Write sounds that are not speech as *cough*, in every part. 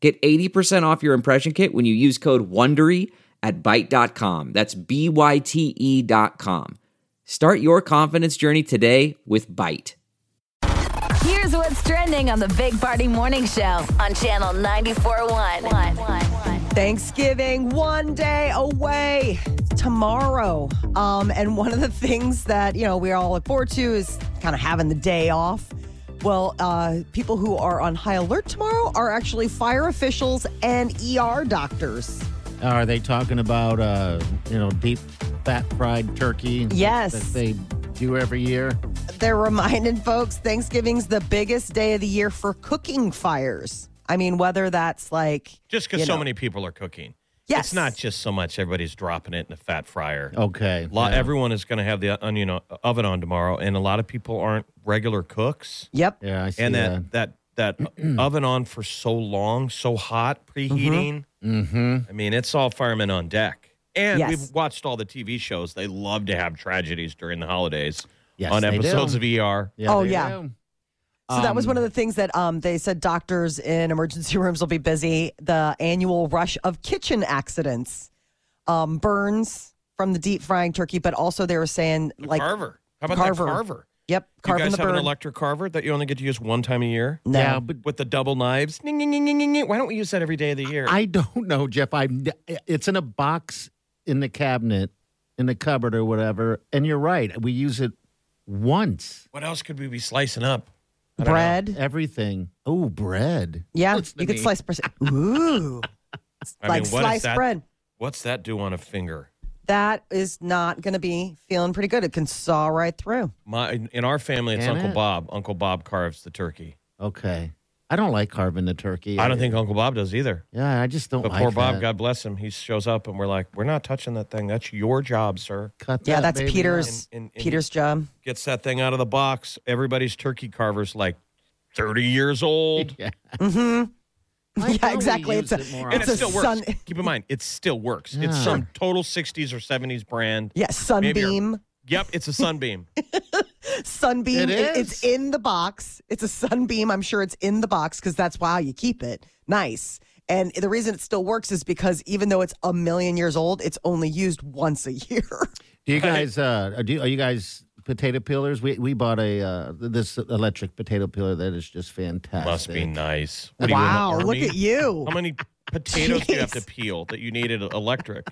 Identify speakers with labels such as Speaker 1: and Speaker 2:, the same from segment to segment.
Speaker 1: Get 80% off your impression kit when you use code WONDERY at Byte.com. That's B-Y-T-E E dot com. Start your confidence journey today with Byte.
Speaker 2: Here's what's trending on the Big Party Morning Show on Channel 94.1.
Speaker 3: Thanksgiving, one day away tomorrow. Um, and one of the things that, you know, we all look forward to is kind of having the day off. Well, uh, people who are on high alert tomorrow are actually fire officials and ER doctors.
Speaker 4: Are they talking about uh, you know deep fat fried turkey?
Speaker 3: Yes.
Speaker 4: that they do every year.
Speaker 3: They're reminding folks Thanksgiving's the biggest day of the year for cooking fires. I mean, whether that's like
Speaker 5: Just because
Speaker 3: you
Speaker 5: so
Speaker 3: know.
Speaker 5: many people are cooking.
Speaker 3: Yes.
Speaker 5: It's not just so much everybody's dropping it in a fat fryer.
Speaker 4: Okay,
Speaker 5: A lot,
Speaker 4: yeah.
Speaker 5: Everyone is going to have the uh, onion o- oven on tomorrow, and a lot of people aren't regular cooks.
Speaker 3: Yep.
Speaker 4: yeah, I see
Speaker 5: And
Speaker 4: that.
Speaker 5: that that
Speaker 4: *clears throat*
Speaker 5: that oven on for so long, so hot, preheating.
Speaker 4: Mm-hmm.
Speaker 5: I mean, it's all firemen on deck. And
Speaker 3: Yes.
Speaker 5: we've watched all the TV shows. They love to have tragedies during the holidays
Speaker 4: Yes,
Speaker 5: on
Speaker 4: they
Speaker 5: episodes
Speaker 4: do.
Speaker 5: of ER.
Speaker 3: Oh,
Speaker 4: they
Speaker 3: yeah.
Speaker 4: do.
Speaker 3: So that was one of the things that um, they said doctors in emergency *laughs* rooms will be busy. The annual rush of kitchen accidents, um, burns from the deep frying turkey, but also they were saying
Speaker 5: The
Speaker 3: like,
Speaker 5: carver. How about
Speaker 3: Carver.
Speaker 5: that carver?
Speaker 3: yep,
Speaker 5: you
Speaker 3: carving
Speaker 5: guys
Speaker 3: the
Speaker 5: have
Speaker 3: burn.
Speaker 5: an electric carver that you only get to use one time a year?
Speaker 3: no.
Speaker 4: Yeah, but
Speaker 5: with the double knives. Ning, ning, ning, ning, ning, ning. Why don't we use that every day of the year?
Speaker 4: I don't know, Jeff. I it's in a box in the cabinet, in the cupboard or whatever. And you're right. We use it once.
Speaker 5: what else could we be slicing up? I don't know.
Speaker 3: bread.
Speaker 4: Everything. Oh, bread.
Speaker 3: Yeah,
Speaker 4: Listen to
Speaker 3: you could
Speaker 4: me.
Speaker 5: *laughs*
Speaker 3: slice bread. Ooh,
Speaker 5: I
Speaker 3: like
Speaker 5: mean, what is
Speaker 3: sliced
Speaker 5: that-
Speaker 3: bread.
Speaker 5: What's that do on a finger?
Speaker 3: That is not going to be feeling pretty good. It can saw right through.
Speaker 5: My in- in our family, it's
Speaker 4: Damn
Speaker 5: Uncle
Speaker 4: it.
Speaker 5: Bob. Uncle Bob carves the turkey.
Speaker 4: Okay. I don't like carving the turkey.
Speaker 5: I don't think Uncle Bob does either.
Speaker 4: Yeah, I just don't
Speaker 5: But
Speaker 4: like
Speaker 5: poor Bob,
Speaker 4: that.
Speaker 5: God bless him, he shows up and we're like, we're not touching that thing. That's your job, sir.
Speaker 4: Cut
Speaker 3: Yeah,
Speaker 4: that
Speaker 3: that's
Speaker 4: baby
Speaker 3: Peter's
Speaker 5: And- and- and-
Speaker 3: Peter's job.
Speaker 5: Gets that thing out of the box. Everybody's turkey carver's like 30 years old.
Speaker 4: *laughs* Yeah.
Speaker 3: Mm-hmm. *laughs* Yeah,
Speaker 4: Why don't we
Speaker 3: exactly.
Speaker 4: use
Speaker 3: It's a-
Speaker 4: it more
Speaker 5: And
Speaker 3: It's
Speaker 5: it
Speaker 3: a
Speaker 5: still works.
Speaker 3: sun-
Speaker 5: Keep in mind, it still works. It's
Speaker 4: Yeah.
Speaker 5: some total 60s or 70s brand.
Speaker 3: Yeah,
Speaker 5: Maybe your-
Speaker 3: sunbeam.
Speaker 5: Yep, it's a
Speaker 3: *laughs*
Speaker 5: sunbeam.
Speaker 3: sunbeam
Speaker 4: It
Speaker 3: i- it's
Speaker 4: is.
Speaker 3: in the box it's a sunbeam i'm sure it's in the box because that's why you keep it nice and the reason it still works is because even though it's a million years old it's only used once a year *laughs*
Speaker 4: Do you guys uh do are you guys potato peelers? We we bought a uh this electric potato peeler that is just fantastic.
Speaker 5: Must be nice. What are you in the
Speaker 3: wow look
Speaker 5: army?
Speaker 3: at you
Speaker 5: How many potatoes do you have to
Speaker 3: Jeez.
Speaker 5: peel that you needed electric?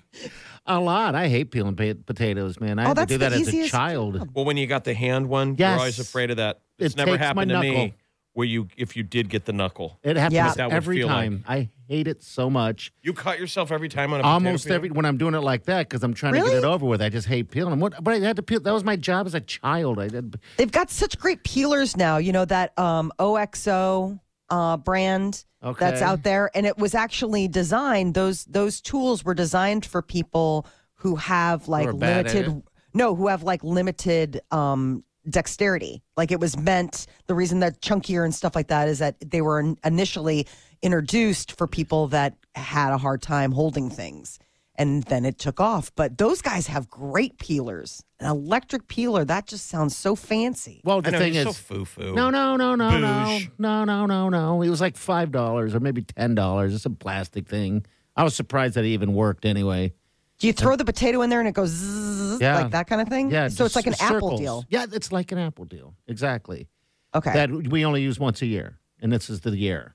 Speaker 4: a lot. I hate peeling pa- potatoes, man.
Speaker 3: *laughs*
Speaker 4: I
Speaker 3: Oh,
Speaker 4: had to
Speaker 3: that's
Speaker 4: do that
Speaker 3: the
Speaker 4: as a
Speaker 3: easiest
Speaker 4: child.
Speaker 5: Well, when you got the hand one, you're always
Speaker 4: Yes.
Speaker 5: afraid of that.
Speaker 4: It
Speaker 5: It's never
Speaker 4: takes my
Speaker 5: happened to me
Speaker 4: knuckle.
Speaker 5: where you if you did get the knuckle.
Speaker 4: It happens
Speaker 3: Yeah.
Speaker 5: That would
Speaker 4: every
Speaker 5: feel like-
Speaker 4: time. I hate it so much.
Speaker 5: You cut yourself every time on a
Speaker 4: Almost
Speaker 5: potato
Speaker 4: every
Speaker 5: peel?
Speaker 4: when I'm doing it like that because I'm trying to
Speaker 3: Really?
Speaker 4: get it over with. I just hate peeling. them. What? But I had to peel. That was my job as a child. I did.
Speaker 3: they've got such great peelers now you know that um, oxo uh, brand that's
Speaker 4: Okay.
Speaker 3: out there and it was actually designed those those tools were designed for people who have like
Speaker 4: are bad at
Speaker 3: limited no who have like limited um dexterity like it was meant the reason they're chunkier and stuff like that is that they were in- initially introduced for people that had a hard time holding things and then it took off but those guys have great peelers an electric peeler that just sounds so fancy
Speaker 4: Well, Oh, the
Speaker 5: I know,
Speaker 4: thing
Speaker 5: you're so
Speaker 4: is,
Speaker 5: foo-foo.
Speaker 4: no, no, no, no, no,
Speaker 5: Boosh.
Speaker 4: no, no, no, no. It was like five dollars or maybe ten dollars. It's a plastic thing. I was surprised that it even worked. Anyway,
Speaker 3: do you throw the potato in there and it goes zzz,
Speaker 4: Yeah.
Speaker 3: like that kind of thing
Speaker 4: yeah.
Speaker 3: so it's
Speaker 4: just
Speaker 3: like an apple
Speaker 4: circles.
Speaker 3: deal
Speaker 4: Yeah, it's like an apple deal. Exactly.
Speaker 3: okay
Speaker 4: That we only use once a year, and this is the year.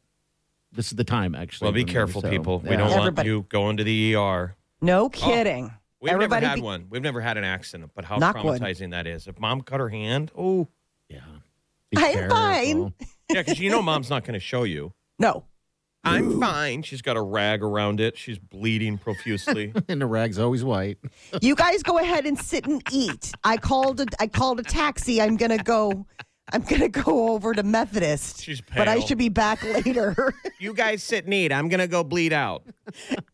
Speaker 4: This is the time, actually.
Speaker 5: Well, be
Speaker 4: remember,
Speaker 5: careful,
Speaker 4: so,
Speaker 5: people. We
Speaker 4: yeah.
Speaker 5: don't want
Speaker 3: Everybody-
Speaker 5: you going to the ER.
Speaker 4: Oh,
Speaker 3: No kidding.
Speaker 5: We've
Speaker 3: Everybody
Speaker 5: never had
Speaker 3: be-
Speaker 5: one. We've never had an accident, but how
Speaker 3: Knock wood.
Speaker 5: traumatizing that is. If mom cut her hand, oh
Speaker 4: Yeah.
Speaker 3: I'm fine.
Speaker 5: yeah, because you know mom's not going to show you.
Speaker 3: No.
Speaker 5: I'm fine. She's got a rag around it. She's bleeding profusely.
Speaker 4: *laughs* and the rag's always white. *laughs*
Speaker 3: You guys go ahead and sit and eat. I called a I called a taxi. I'm gonna go I'm going to go over to Methodist,
Speaker 5: She's
Speaker 3: but I
Speaker 5: pale.
Speaker 3: should be back later. *laughs*
Speaker 5: You guys sit neat. I'm gonna go bleed out.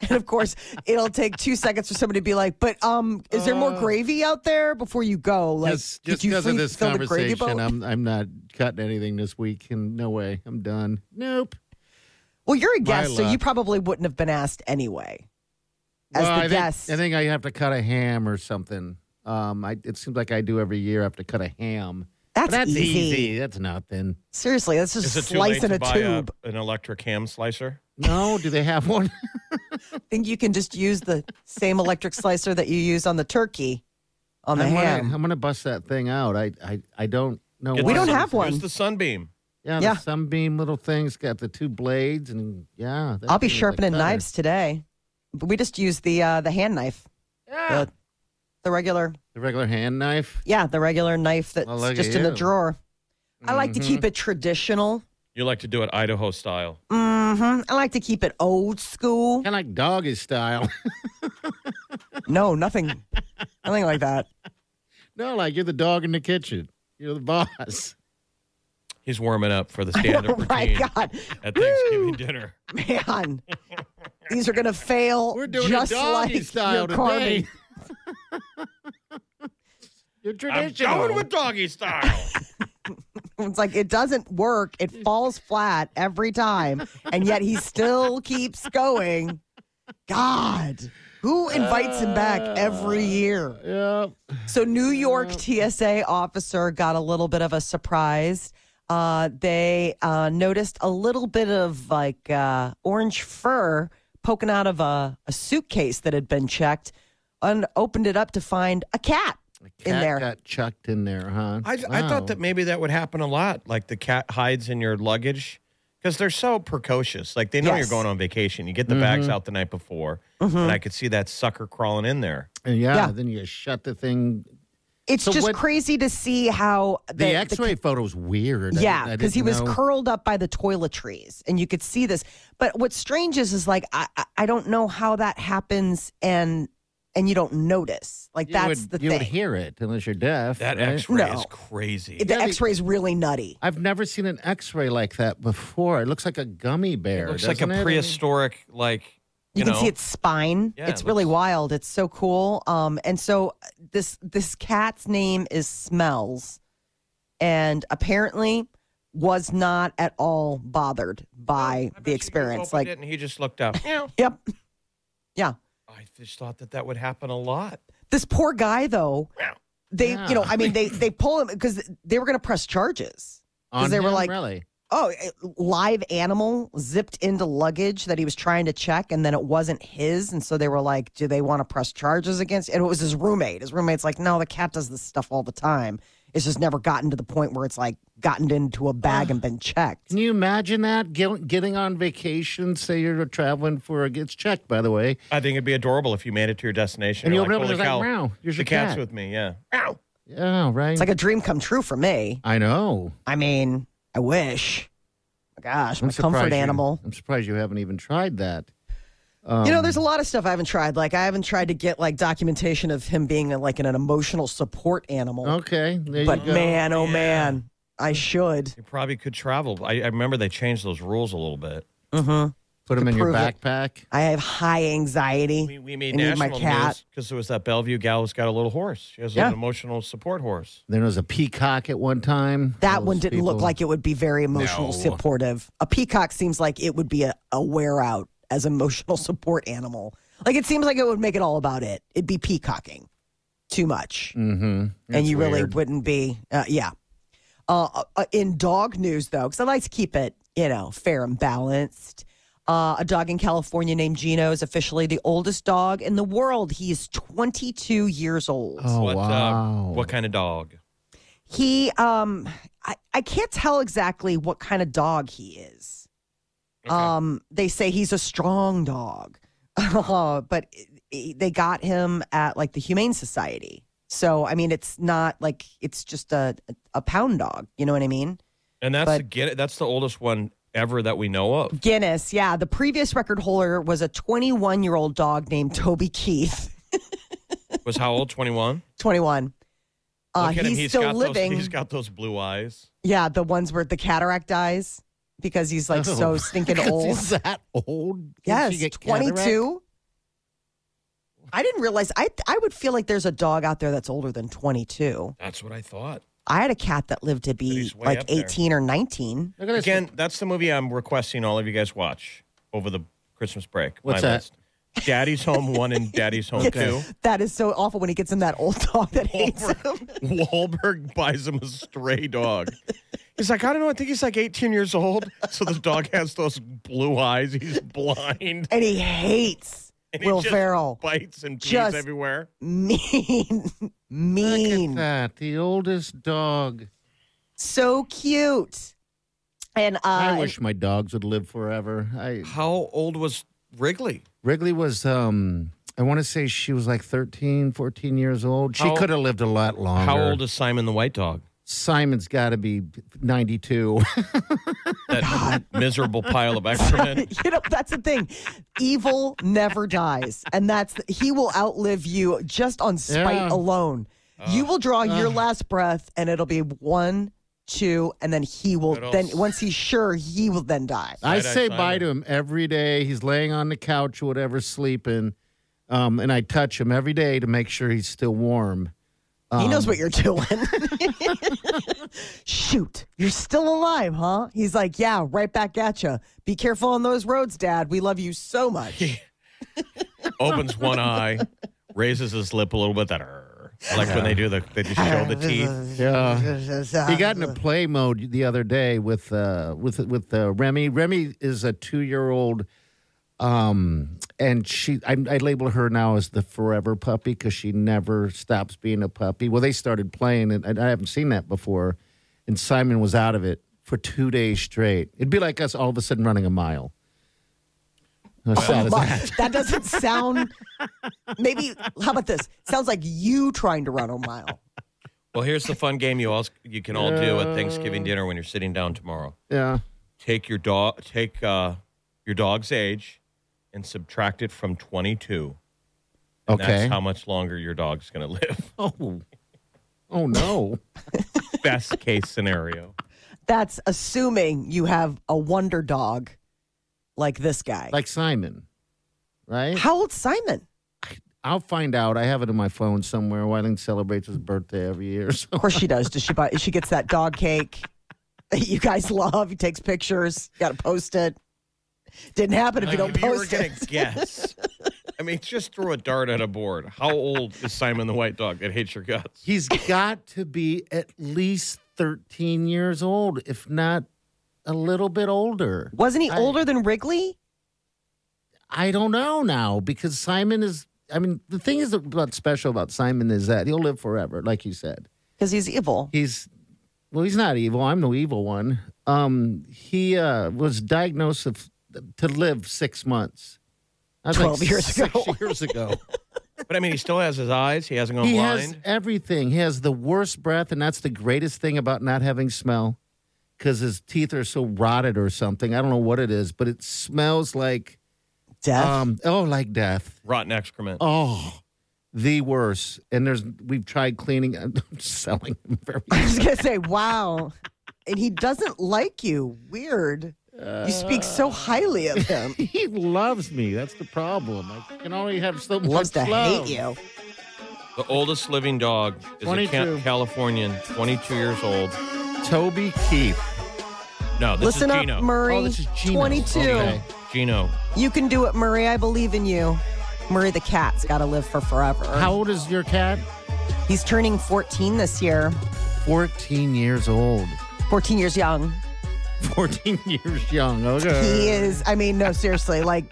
Speaker 3: and of course, it'll take two seconds for somebody to be like, "But um, is there more gravy out there before you go?" Like,
Speaker 4: just
Speaker 3: did
Speaker 4: Uh. just
Speaker 3: you
Speaker 4: because of
Speaker 3: free-
Speaker 4: this
Speaker 3: fill the gravy
Speaker 4: conversation,
Speaker 3: boat?
Speaker 4: I'm I'm not cutting anything this week. And no way, I'm done. Nope.
Speaker 3: Well, you're a guest, so
Speaker 4: luck.
Speaker 3: you probably wouldn't have been asked anyway. As
Speaker 4: Well,
Speaker 3: the
Speaker 4: I think,
Speaker 3: guest,
Speaker 4: I think I have to cut a ham or something. Um, I, it seems like I do every year. I have to cut a ham.
Speaker 3: that's,
Speaker 4: But that's
Speaker 3: easy.
Speaker 4: easy. That's nothing.
Speaker 3: Seriously, that's just
Speaker 5: Is it too late
Speaker 3: slice in
Speaker 5: to
Speaker 3: a
Speaker 5: buy a-
Speaker 3: tube.
Speaker 5: an electric ham slicer?
Speaker 4: No, do they have one? *laughs*
Speaker 3: I *laughs* think you can just use the same electric slicer that you use on the turkey on the
Speaker 4: I'm
Speaker 3: ham.
Speaker 4: Gonna, I'm gonna bust that thing out. I I, I don't know.
Speaker 5: Get
Speaker 4: why.
Speaker 3: We
Speaker 5: the
Speaker 3: don't
Speaker 5: sun-
Speaker 3: have one.
Speaker 5: Use the sunbeam.
Speaker 4: Yeah,
Speaker 3: Yeah.
Speaker 4: The sunbeam little thing's got the two blades and yeah. that
Speaker 3: I'll be
Speaker 4: thing is a
Speaker 3: sharpening
Speaker 4: cutter.
Speaker 3: knives today. But we just use the uh, the hand knife,
Speaker 4: Yeah.
Speaker 3: the, the regular,
Speaker 4: The regular hand knife.
Speaker 3: yeah, the regular knife that's
Speaker 4: Well, look at
Speaker 3: just in the
Speaker 4: you.
Speaker 3: drawer. I like to
Speaker 4: Mm-hmm.
Speaker 3: keep it traditional.
Speaker 5: You like to do it Idaho style.
Speaker 3: hmm I like to keep it old school.
Speaker 4: Kind of like doggy style. *laughs*
Speaker 3: No, nothing, nothing like that.
Speaker 4: no, like you're the dog in the kitchen. You're the boss.
Speaker 5: He's warming up
Speaker 3: *laughs*
Speaker 5: for *laughs* the stand up
Speaker 3: Oh my
Speaker 5: routine
Speaker 3: God,
Speaker 5: at
Speaker 3: *laughs*
Speaker 5: Thanksgiving dinner.
Speaker 3: *laughs* man, these are gonna fail.
Speaker 4: We're doing
Speaker 3: just
Speaker 4: it doggy
Speaker 3: like
Speaker 4: style
Speaker 3: your carving. *laughs*
Speaker 4: today. Your
Speaker 5: I'm
Speaker 4: traditional.
Speaker 5: going with doggy style.
Speaker 3: It's like it doesn't work. It
Speaker 4: Mm.
Speaker 3: falls flat every time, and yet he
Speaker 4: *laughs*
Speaker 3: still keeps going. God, who invites him back every year?
Speaker 4: Uh, yeah.
Speaker 3: So, New York TSA officer got a little bit of a surprise. Uh, they uh, noticed a little bit of like uh, orange fur poking out of a, a suitcase that had been checked and opened it up to find a cat, in
Speaker 4: Cat
Speaker 3: there.
Speaker 4: Got chucked in there, huh?
Speaker 5: *laughs* I, I
Speaker 4: Wow.
Speaker 5: thought that maybe that would happen a lot. Like the cat hides in your luggage because they're so precocious. Like they know
Speaker 3: Yes.
Speaker 5: you're going on vacation. You get the bags out the night before, and I could see that sucker crawling in there.
Speaker 4: And yeah,
Speaker 3: Yeah.
Speaker 4: Then you shut the thing.
Speaker 3: It's
Speaker 4: So
Speaker 3: just
Speaker 4: what-
Speaker 3: crazy to see how
Speaker 4: The, X-ray photo's weird. I
Speaker 3: Yeah,
Speaker 4: didn't- I
Speaker 3: because he
Speaker 4: didn't
Speaker 3: was
Speaker 4: know.
Speaker 3: curled up by the toiletries, and you could see this. But what's strange is, is like I, I- I don't know how that happens, and and you don't notice. Like
Speaker 4: You
Speaker 3: that's
Speaker 4: would,
Speaker 3: the
Speaker 4: you
Speaker 3: thing.
Speaker 4: would hear it unless you're deaf.
Speaker 5: That
Speaker 4: right?
Speaker 5: X ray
Speaker 3: No.
Speaker 5: is crazy.
Speaker 3: the X-ray is really nutty.
Speaker 4: I've never seen an X-ray like that before. It looks like a gummy bear.
Speaker 5: It looks like a
Speaker 4: doesn't it? I mean,
Speaker 5: prehistoric, like
Speaker 3: You,
Speaker 5: you,
Speaker 3: can
Speaker 5: know,
Speaker 3: see its spine.
Speaker 5: Yeah,
Speaker 3: it's
Speaker 5: it
Speaker 3: really
Speaker 5: looks-
Speaker 3: wild. It's so cool. Um, and so this this cat's name is Smells, and apparently was not at all bothered by
Speaker 5: Oh, I bet
Speaker 3: the
Speaker 5: you
Speaker 3: experience.
Speaker 5: opened
Speaker 3: Like,
Speaker 5: it and he just looked up. Meow.
Speaker 3: yep, yeah.
Speaker 5: I just thought that that would happen a lot.
Speaker 3: This poor guy, though, they, you know,
Speaker 4: Yeah.
Speaker 3: I mean, they they pull him because they were going to press charges.
Speaker 4: on
Speaker 3: they were
Speaker 4: him,
Speaker 3: like-
Speaker 4: really?
Speaker 3: Oh, eh, live animal zipped into luggage that he was trying to check, and then it wasn't his, and so they were like, "Do they want to press charges against?" And it was his roommate. His roommate's like, "No, the cat does this stuff all the time. It's just never gotten to the point where it's like gotten into a bag and been checked."
Speaker 4: Can you imagine that? Gil- Getting on vacation, say you're traveling for a gets checked, by the way.
Speaker 5: I think it'd be adorable if you made it to your destination.
Speaker 4: And
Speaker 5: You're
Speaker 4: you open
Speaker 5: like,
Speaker 4: up
Speaker 5: "Holy
Speaker 4: and it's
Speaker 5: cow,
Speaker 4: like, "Meow, here's
Speaker 5: the
Speaker 4: your
Speaker 5: cat's
Speaker 4: cat."
Speaker 5: with me. Yeah. Meow.
Speaker 4: Yeah, right.
Speaker 3: It's like a dream come true for me.
Speaker 4: I know.
Speaker 3: I mean, I wish. Gosh, my
Speaker 4: surprised
Speaker 3: comfort
Speaker 4: you-
Speaker 3: animal.
Speaker 4: I'm surprised you haven't even tried that. Um,
Speaker 3: You know, there's a lot of stuff I haven't tried. Like I haven't tried to get like documentation of him being like an, an emotional support animal.
Speaker 4: Okay, there
Speaker 3: but
Speaker 4: you go.
Speaker 3: man, oh man, I should.
Speaker 5: You probably could travel. I, I remember they changed those rules a little bit. Mm-hmm.
Speaker 4: Put him in your
Speaker 3: prove it.
Speaker 4: backpack.
Speaker 3: I have high anxiety.
Speaker 5: We, we made
Speaker 3: I need my
Speaker 5: national
Speaker 3: cat.
Speaker 5: because there was that Bellevue gal who's got a little horse. She has
Speaker 3: Yeah.
Speaker 5: an emotional support horse.
Speaker 4: There was a peacock at one time.
Speaker 3: That
Speaker 4: Those
Speaker 3: one didn't look
Speaker 4: people-
Speaker 3: like it would be very emotional
Speaker 4: No.
Speaker 3: supportive. A peacock seems like it would be a, a wear out as emotional *laughs* support animal. Like it seems like it would make it all about it. It'd be peacocking too much.
Speaker 4: Mhm.
Speaker 3: and
Speaker 4: It's
Speaker 3: you really
Speaker 4: weird.
Speaker 3: wouldn't be. Uh, yeah. Uh, uh, in dog news, though, because I like to keep it, you know, fair and balanced. Uh, a dog in California named Gino is officially the oldest dog in the world. He is 22 years old.
Speaker 4: Oh
Speaker 5: what,
Speaker 4: wow!
Speaker 5: Uh, what kind of dog?
Speaker 3: He, um, I, I can't tell exactly what kind of dog he is. Um, they say he's a strong dog, *laughs* uh, but it- it- they got him at like the Humane Society. So I mean, it's not like it's just a a pound dog. You know what I mean?
Speaker 5: And that's
Speaker 3: But-
Speaker 5: the get that's the oldest one ever that we know of.
Speaker 3: Guinness, yeah. The previous record holder was a 21 year old dog named Toby Keith. *laughs*
Speaker 5: Was how old? Twenty one.
Speaker 3: 21. Uh,
Speaker 5: Look at him.
Speaker 3: he's,
Speaker 5: He's
Speaker 3: still
Speaker 5: got
Speaker 3: living.
Speaker 5: Those, he's got those blue eyes.
Speaker 3: yeah, the ones where the cataract dies because he's like so
Speaker 4: Oh.
Speaker 3: stinking
Speaker 4: 'Cause
Speaker 3: old.
Speaker 4: He's that old? Did she
Speaker 3: Yes,
Speaker 4: get
Speaker 3: twenty
Speaker 4: cataract?
Speaker 3: two. I didn't realize. I I would feel like there's a dog out there that's older than twenty two.
Speaker 5: That's what I thought.
Speaker 3: I had a cat that lived to be
Speaker 5: he's way
Speaker 3: like
Speaker 5: up there.
Speaker 3: eighteen or nineteen.
Speaker 4: Look at this.
Speaker 5: Again, that's the movie I'm requesting all of you guys watch over the Christmas break.
Speaker 4: What's
Speaker 5: my
Speaker 4: that?
Speaker 5: List. Daddy's Home 1 and Daddy's
Speaker 3: *laughs*
Speaker 5: Home 2.
Speaker 3: That is so awful when he gets in that old dog that hates him.
Speaker 5: Wahlberg *laughs* buys him a stray dog. He's like, I don't know. I think he's like 18 years old. So the dog has those blue eyes. He's blind.
Speaker 3: And he hates
Speaker 5: And he
Speaker 3: Will
Speaker 5: just
Speaker 3: Ferrell.
Speaker 5: bites and pees
Speaker 3: Just-
Speaker 5: everywhere.
Speaker 3: Mean. *laughs*
Speaker 4: Look at
Speaker 3: mean.
Speaker 4: that. The oldest dog.
Speaker 3: So cute. And uh
Speaker 4: I
Speaker 3: and-
Speaker 4: wish my dogs would live forever. I
Speaker 5: How old was Wrigley?
Speaker 4: Wrigley was um I want to say she was like 13, 14 years old. She
Speaker 5: How-
Speaker 4: could have lived a lot longer.
Speaker 5: How old is Simon the White Dog?
Speaker 4: Simon's got to be *laughs* 92.
Speaker 5: That *laughs* miserable pile of excrement.
Speaker 3: *laughs* you know that's the thing evil never dies and that's he will outlive you just on spite
Speaker 4: Yeah.
Speaker 3: alone you will draw your last breath and it'll be one two and then he will
Speaker 5: Good old
Speaker 3: then
Speaker 5: s-
Speaker 3: once he's sure he will then die
Speaker 4: I
Speaker 5: Side-eye
Speaker 4: say bye
Speaker 5: Simon.
Speaker 4: to him every day. He's laying on the couch or whatever, sleeping. Um, and I touch him every day to make sure he's still warm.
Speaker 3: he
Speaker 4: um,
Speaker 3: knows what you're doing *laughs* shoot you're still alive huh he's like yeah right back at you be careful on those roads dad we love you
Speaker 5: *laughs*
Speaker 3: so much
Speaker 5: Opens one eye, raises his lip a little bit. That "Arr." I like when they do the they just show the teeth.
Speaker 4: Yeah. He got in a play mode the other day with uh, with with uh, Remy. Remy is a two year old, um, and she I, I label her now as the forever puppy because she never stops being a puppy. Well, they started playing, and and I haven't seen that before. And Simon was out of it for two days straight. It'd be like us all of a sudden running a mile. How sad is that?
Speaker 3: But that doesn't sound. Maybe how about this? Sounds like you trying to run a mile.
Speaker 5: Well, here's the fun game you all you can all do at Thanksgiving dinner when you're sitting down tomorrow.
Speaker 4: Yeah.
Speaker 5: Take your dog, take uh, your dog's age, and subtract it from 22. And
Speaker 4: Okay.
Speaker 5: That's *laughs* how much longer your dog's going to live.
Speaker 4: oh. Oh no.
Speaker 5: *laughs* Best case scenario.
Speaker 3: That's assuming you have a wonder dog like this guy.
Speaker 4: like Simon, right?
Speaker 3: how old's Simon?
Speaker 4: I'll find out. I have it in my phone somewhere. Wyling celebrates his birthday every year. So
Speaker 3: Of course she does. Does she buy? She gets that dog cake. that You guys love. He takes pictures. Got to post it. Didn't happen if you don't
Speaker 5: Like, if you were
Speaker 3: post
Speaker 5: going
Speaker 3: it.
Speaker 5: to guess, I mean, just throw a dart at a board. How old is Simon the White Dog that hates your guts?
Speaker 4: *laughs* he's got to be at least 13 years old, if not a little bit older.
Speaker 3: Wasn't he
Speaker 4: I-
Speaker 3: older than Wrigley?
Speaker 4: I don't know now because Simon is. I mean, the thing is about special about Simon is that he'll live forever, like you said.
Speaker 3: Because he's evil.
Speaker 4: He's well, he's not evil. I'm no evil one. Um, he uh, was diagnosed of, to live six months. That was
Speaker 3: 12 years
Speaker 4: six
Speaker 3: ago.
Speaker 4: years ago.
Speaker 5: *laughs* But I mean, he still has his eyes. He hasn't gone
Speaker 4: He
Speaker 5: blind.
Speaker 4: has everything. He has the worst breath, and that's the greatest thing about not having smell, because his teeth are so rotted or something. I don't know what it is, but it smells like
Speaker 3: Death.
Speaker 4: um oh like death.
Speaker 5: Rotten excrement.
Speaker 4: Oh, the worst. And there's we've tried cleaning. *laughs* I'm selling him
Speaker 3: *laughs*
Speaker 4: very.
Speaker 3: *laughs* I was gonna say, wow. And he doesn't like you. Weird. You speak so highly of him.
Speaker 4: *laughs* He loves me. That's the problem. I can only have so much
Speaker 3: Loves to
Speaker 4: love.
Speaker 3: hate you.
Speaker 5: The oldest living dog is a
Speaker 4: 22.
Speaker 5: Ca- Californian, 22 years old.
Speaker 4: Toby Keith.
Speaker 5: No, this
Speaker 3: Listen
Speaker 5: is
Speaker 3: up,
Speaker 5: Gino.
Speaker 3: Murray.
Speaker 4: Oh, this is Gino.
Speaker 3: 22.
Speaker 4: Okay.
Speaker 5: Gino,
Speaker 3: You can do it, Murray. I believe in you. Murray the cat's got to live for forever.
Speaker 4: How old is your cat?
Speaker 3: He's turning 14 this year.
Speaker 4: Fourteen years old.
Speaker 3: 14 years
Speaker 4: *laughs*
Speaker 3: young.
Speaker 4: 14 years young. Okay.
Speaker 3: He is, I mean, no, seriously, like,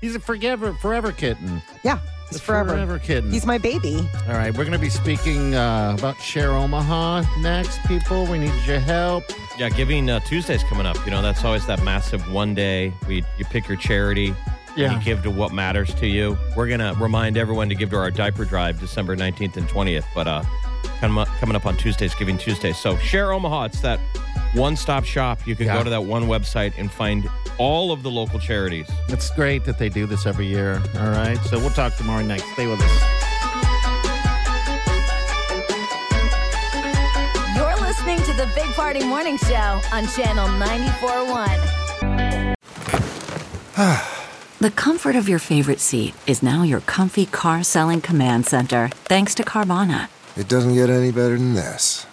Speaker 4: He's a forever, forever kitten.
Speaker 3: yeah, he's
Speaker 4: He's
Speaker 3: forever.
Speaker 4: kitten.
Speaker 3: He's my baby.
Speaker 4: All right, we're going to be speaking uh, about Share Omaha next, people. We need your help.
Speaker 5: yeah, Giving uh, Tuesday's coming up. You know, that's always that massive one day. We you pick your charity.
Speaker 4: Yeah.
Speaker 5: You give to what matters to you. We're gonna remind everyone to give to our diaper drive December 19th and 20th. But uh, come up, coming up on Tuesday's Giving Tuesday. So share Omaha. It's that one-stop shop. You can
Speaker 4: Yeah.
Speaker 5: go to that one website and find all of the local charities.
Speaker 4: It's great that they do this every year. All right, so we'll talk tomorrow night. Stay with us.
Speaker 2: the Big Party Morning Show on Channel 94.1.
Speaker 6: *sighs* The comfort of your favorite seat is now your comfy car selling command center, thanks to Carvana.
Speaker 7: It doesn't get any better than this.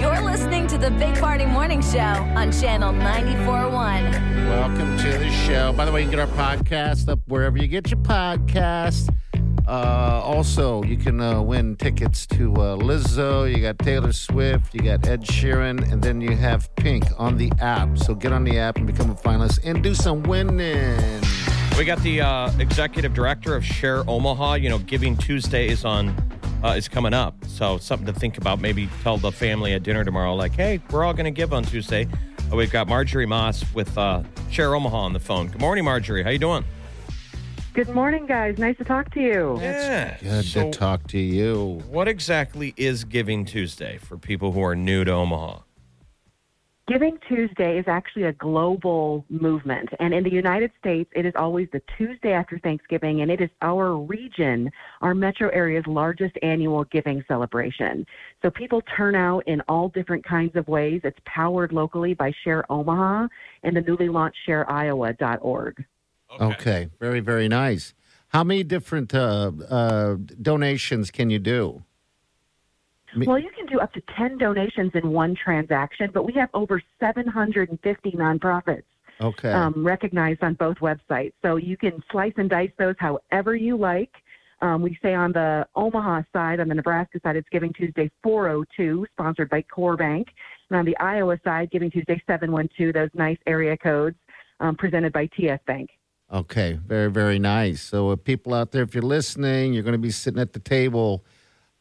Speaker 2: You're listening to the Big Party Morning Show on Channel 94.1.
Speaker 4: Welcome to the show. By the way, you can get our podcast up wherever you get your podcast. Uh, also, you can uh, win tickets to uh, Lizzo. You got Taylor Swift. You got Ed Sheeran, and then you have Pink on the app. So get on the app and become a finalist and do some winning.
Speaker 5: We got the uh, executive director of Share Omaha. You know, Giving Tuesday is on uh, is coming up, so something to think about. Maybe tell the family at dinner tomorrow, like, hey, we're all going to give on Tuesday. Uh, we've got Marjorie Moss with uh, Share Omaha on the phone. Good morning, Marjorie. How you doing?
Speaker 8: Good morning, guys. Nice to talk to you.
Speaker 5: Yeah.
Speaker 4: Good
Speaker 5: So,
Speaker 4: to talk to you.
Speaker 5: what exactly is Giving Tuesday for people who are new to Omaha?
Speaker 8: Giving Tuesday is actually a global movement. And in the United States, it is always the Tuesday after Thanksgiving, and it is our region, our metro area's largest annual giving celebration. So people turn out in all different kinds of ways. It's powered locally by Share Omaha and the newly launched shareiowa.org.
Speaker 4: Okay. Very, very nice. How many different uh, uh, donations can you do?
Speaker 8: Well, you can do up to 10 donations in one transaction, but we have over 750 nonprofits
Speaker 4: Okay.
Speaker 8: um, recognized on both websites. So you can slice and dice those however you like. Um, we say on the Omaha side, on the Nebraska side, it's Giving Tuesday 402, sponsored by Core Bank. And on the Iowa side, Giving Tuesday 712, those nice area codes um, presented by TS Bank.
Speaker 4: Okay, very, very nice. So, uh, people out there, if you're listening, you're going to be sitting at the table,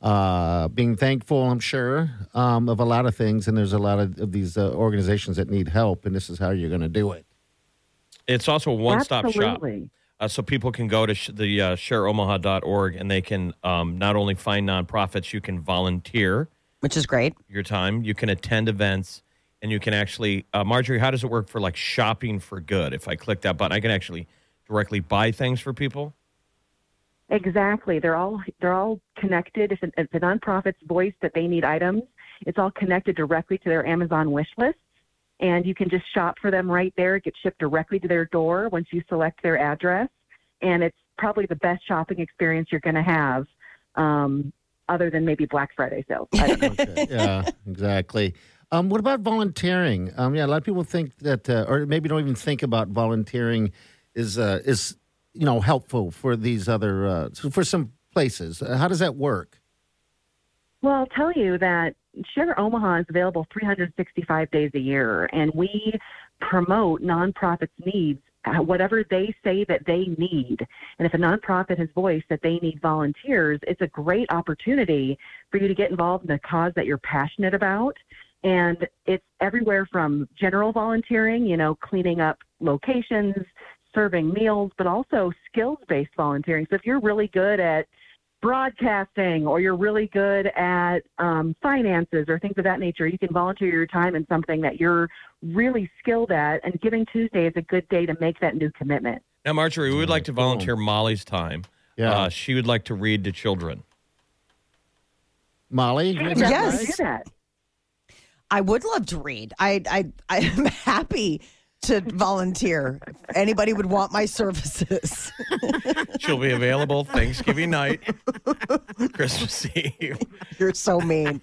Speaker 4: uh, being thankful, I'm sure, um, of a lot of things. And there's a lot of, of these uh, organizations that need help, and this is how you're going to do it.
Speaker 5: It's also a one-stop shop.
Speaker 8: Absolutely.
Speaker 5: uh, so people can go to sh- the uh, shareomaha.org and they can um, not only find nonprofits, you can volunteer
Speaker 3: which is great.
Speaker 5: your time, you can attend events, and you can actually, uh, Marjorie, how does it work for like shopping for good? If I click that button, I can actually directly buy things for people.
Speaker 8: Exactly. They're all they're all connected. If, an, if the nonprofit's voice that they need items, it's all connected directly to their Amazon wish lists, and you can just shop for them right there. It gets shipped directly to their door once you select their address, and it's probably the best shopping experience you're going to have, um, other than maybe Black Friday sales. I don't know.
Speaker 4: yeah, exactly. Um, what about volunteering? Um, yeah, a lot of people think that, uh, or maybe don't even think about volunteering is uh, is you know helpful for these other uh, for some places. Uh, how does that work?
Speaker 8: Well, I'll tell you that Share Omaha is available 365 days a year, and we promote nonprofits' needs, uh, whatever they say that they need. And if a nonprofit has voiced that they need volunteers, it's a great opportunity for you to get involved in a cause that you're passionate about. And it's everywhere from general volunteering, you know, cleaning up locations, serving meals, but also skills based volunteering. So if you're really good at broadcasting or you're really good at um, finances or things of that nature, you can volunteer your time in something that you're really skilled at. And Giving Tuesday is a good day to make that new commitment.
Speaker 5: Now, Marjorie, we would like to volunteer Molly's time.
Speaker 4: Yeah.
Speaker 5: Uh, she would like to read to children.
Speaker 4: Molly, *laughs* is that
Speaker 3: Yes.
Speaker 4: right?
Speaker 8: Do that.
Speaker 3: I would love to read. I I I am *laughs* happy to volunteer. If Anybody would want my services. *laughs*
Speaker 5: She'll be available Thanksgiving night, Christmas Eve.
Speaker 3: You're so mean.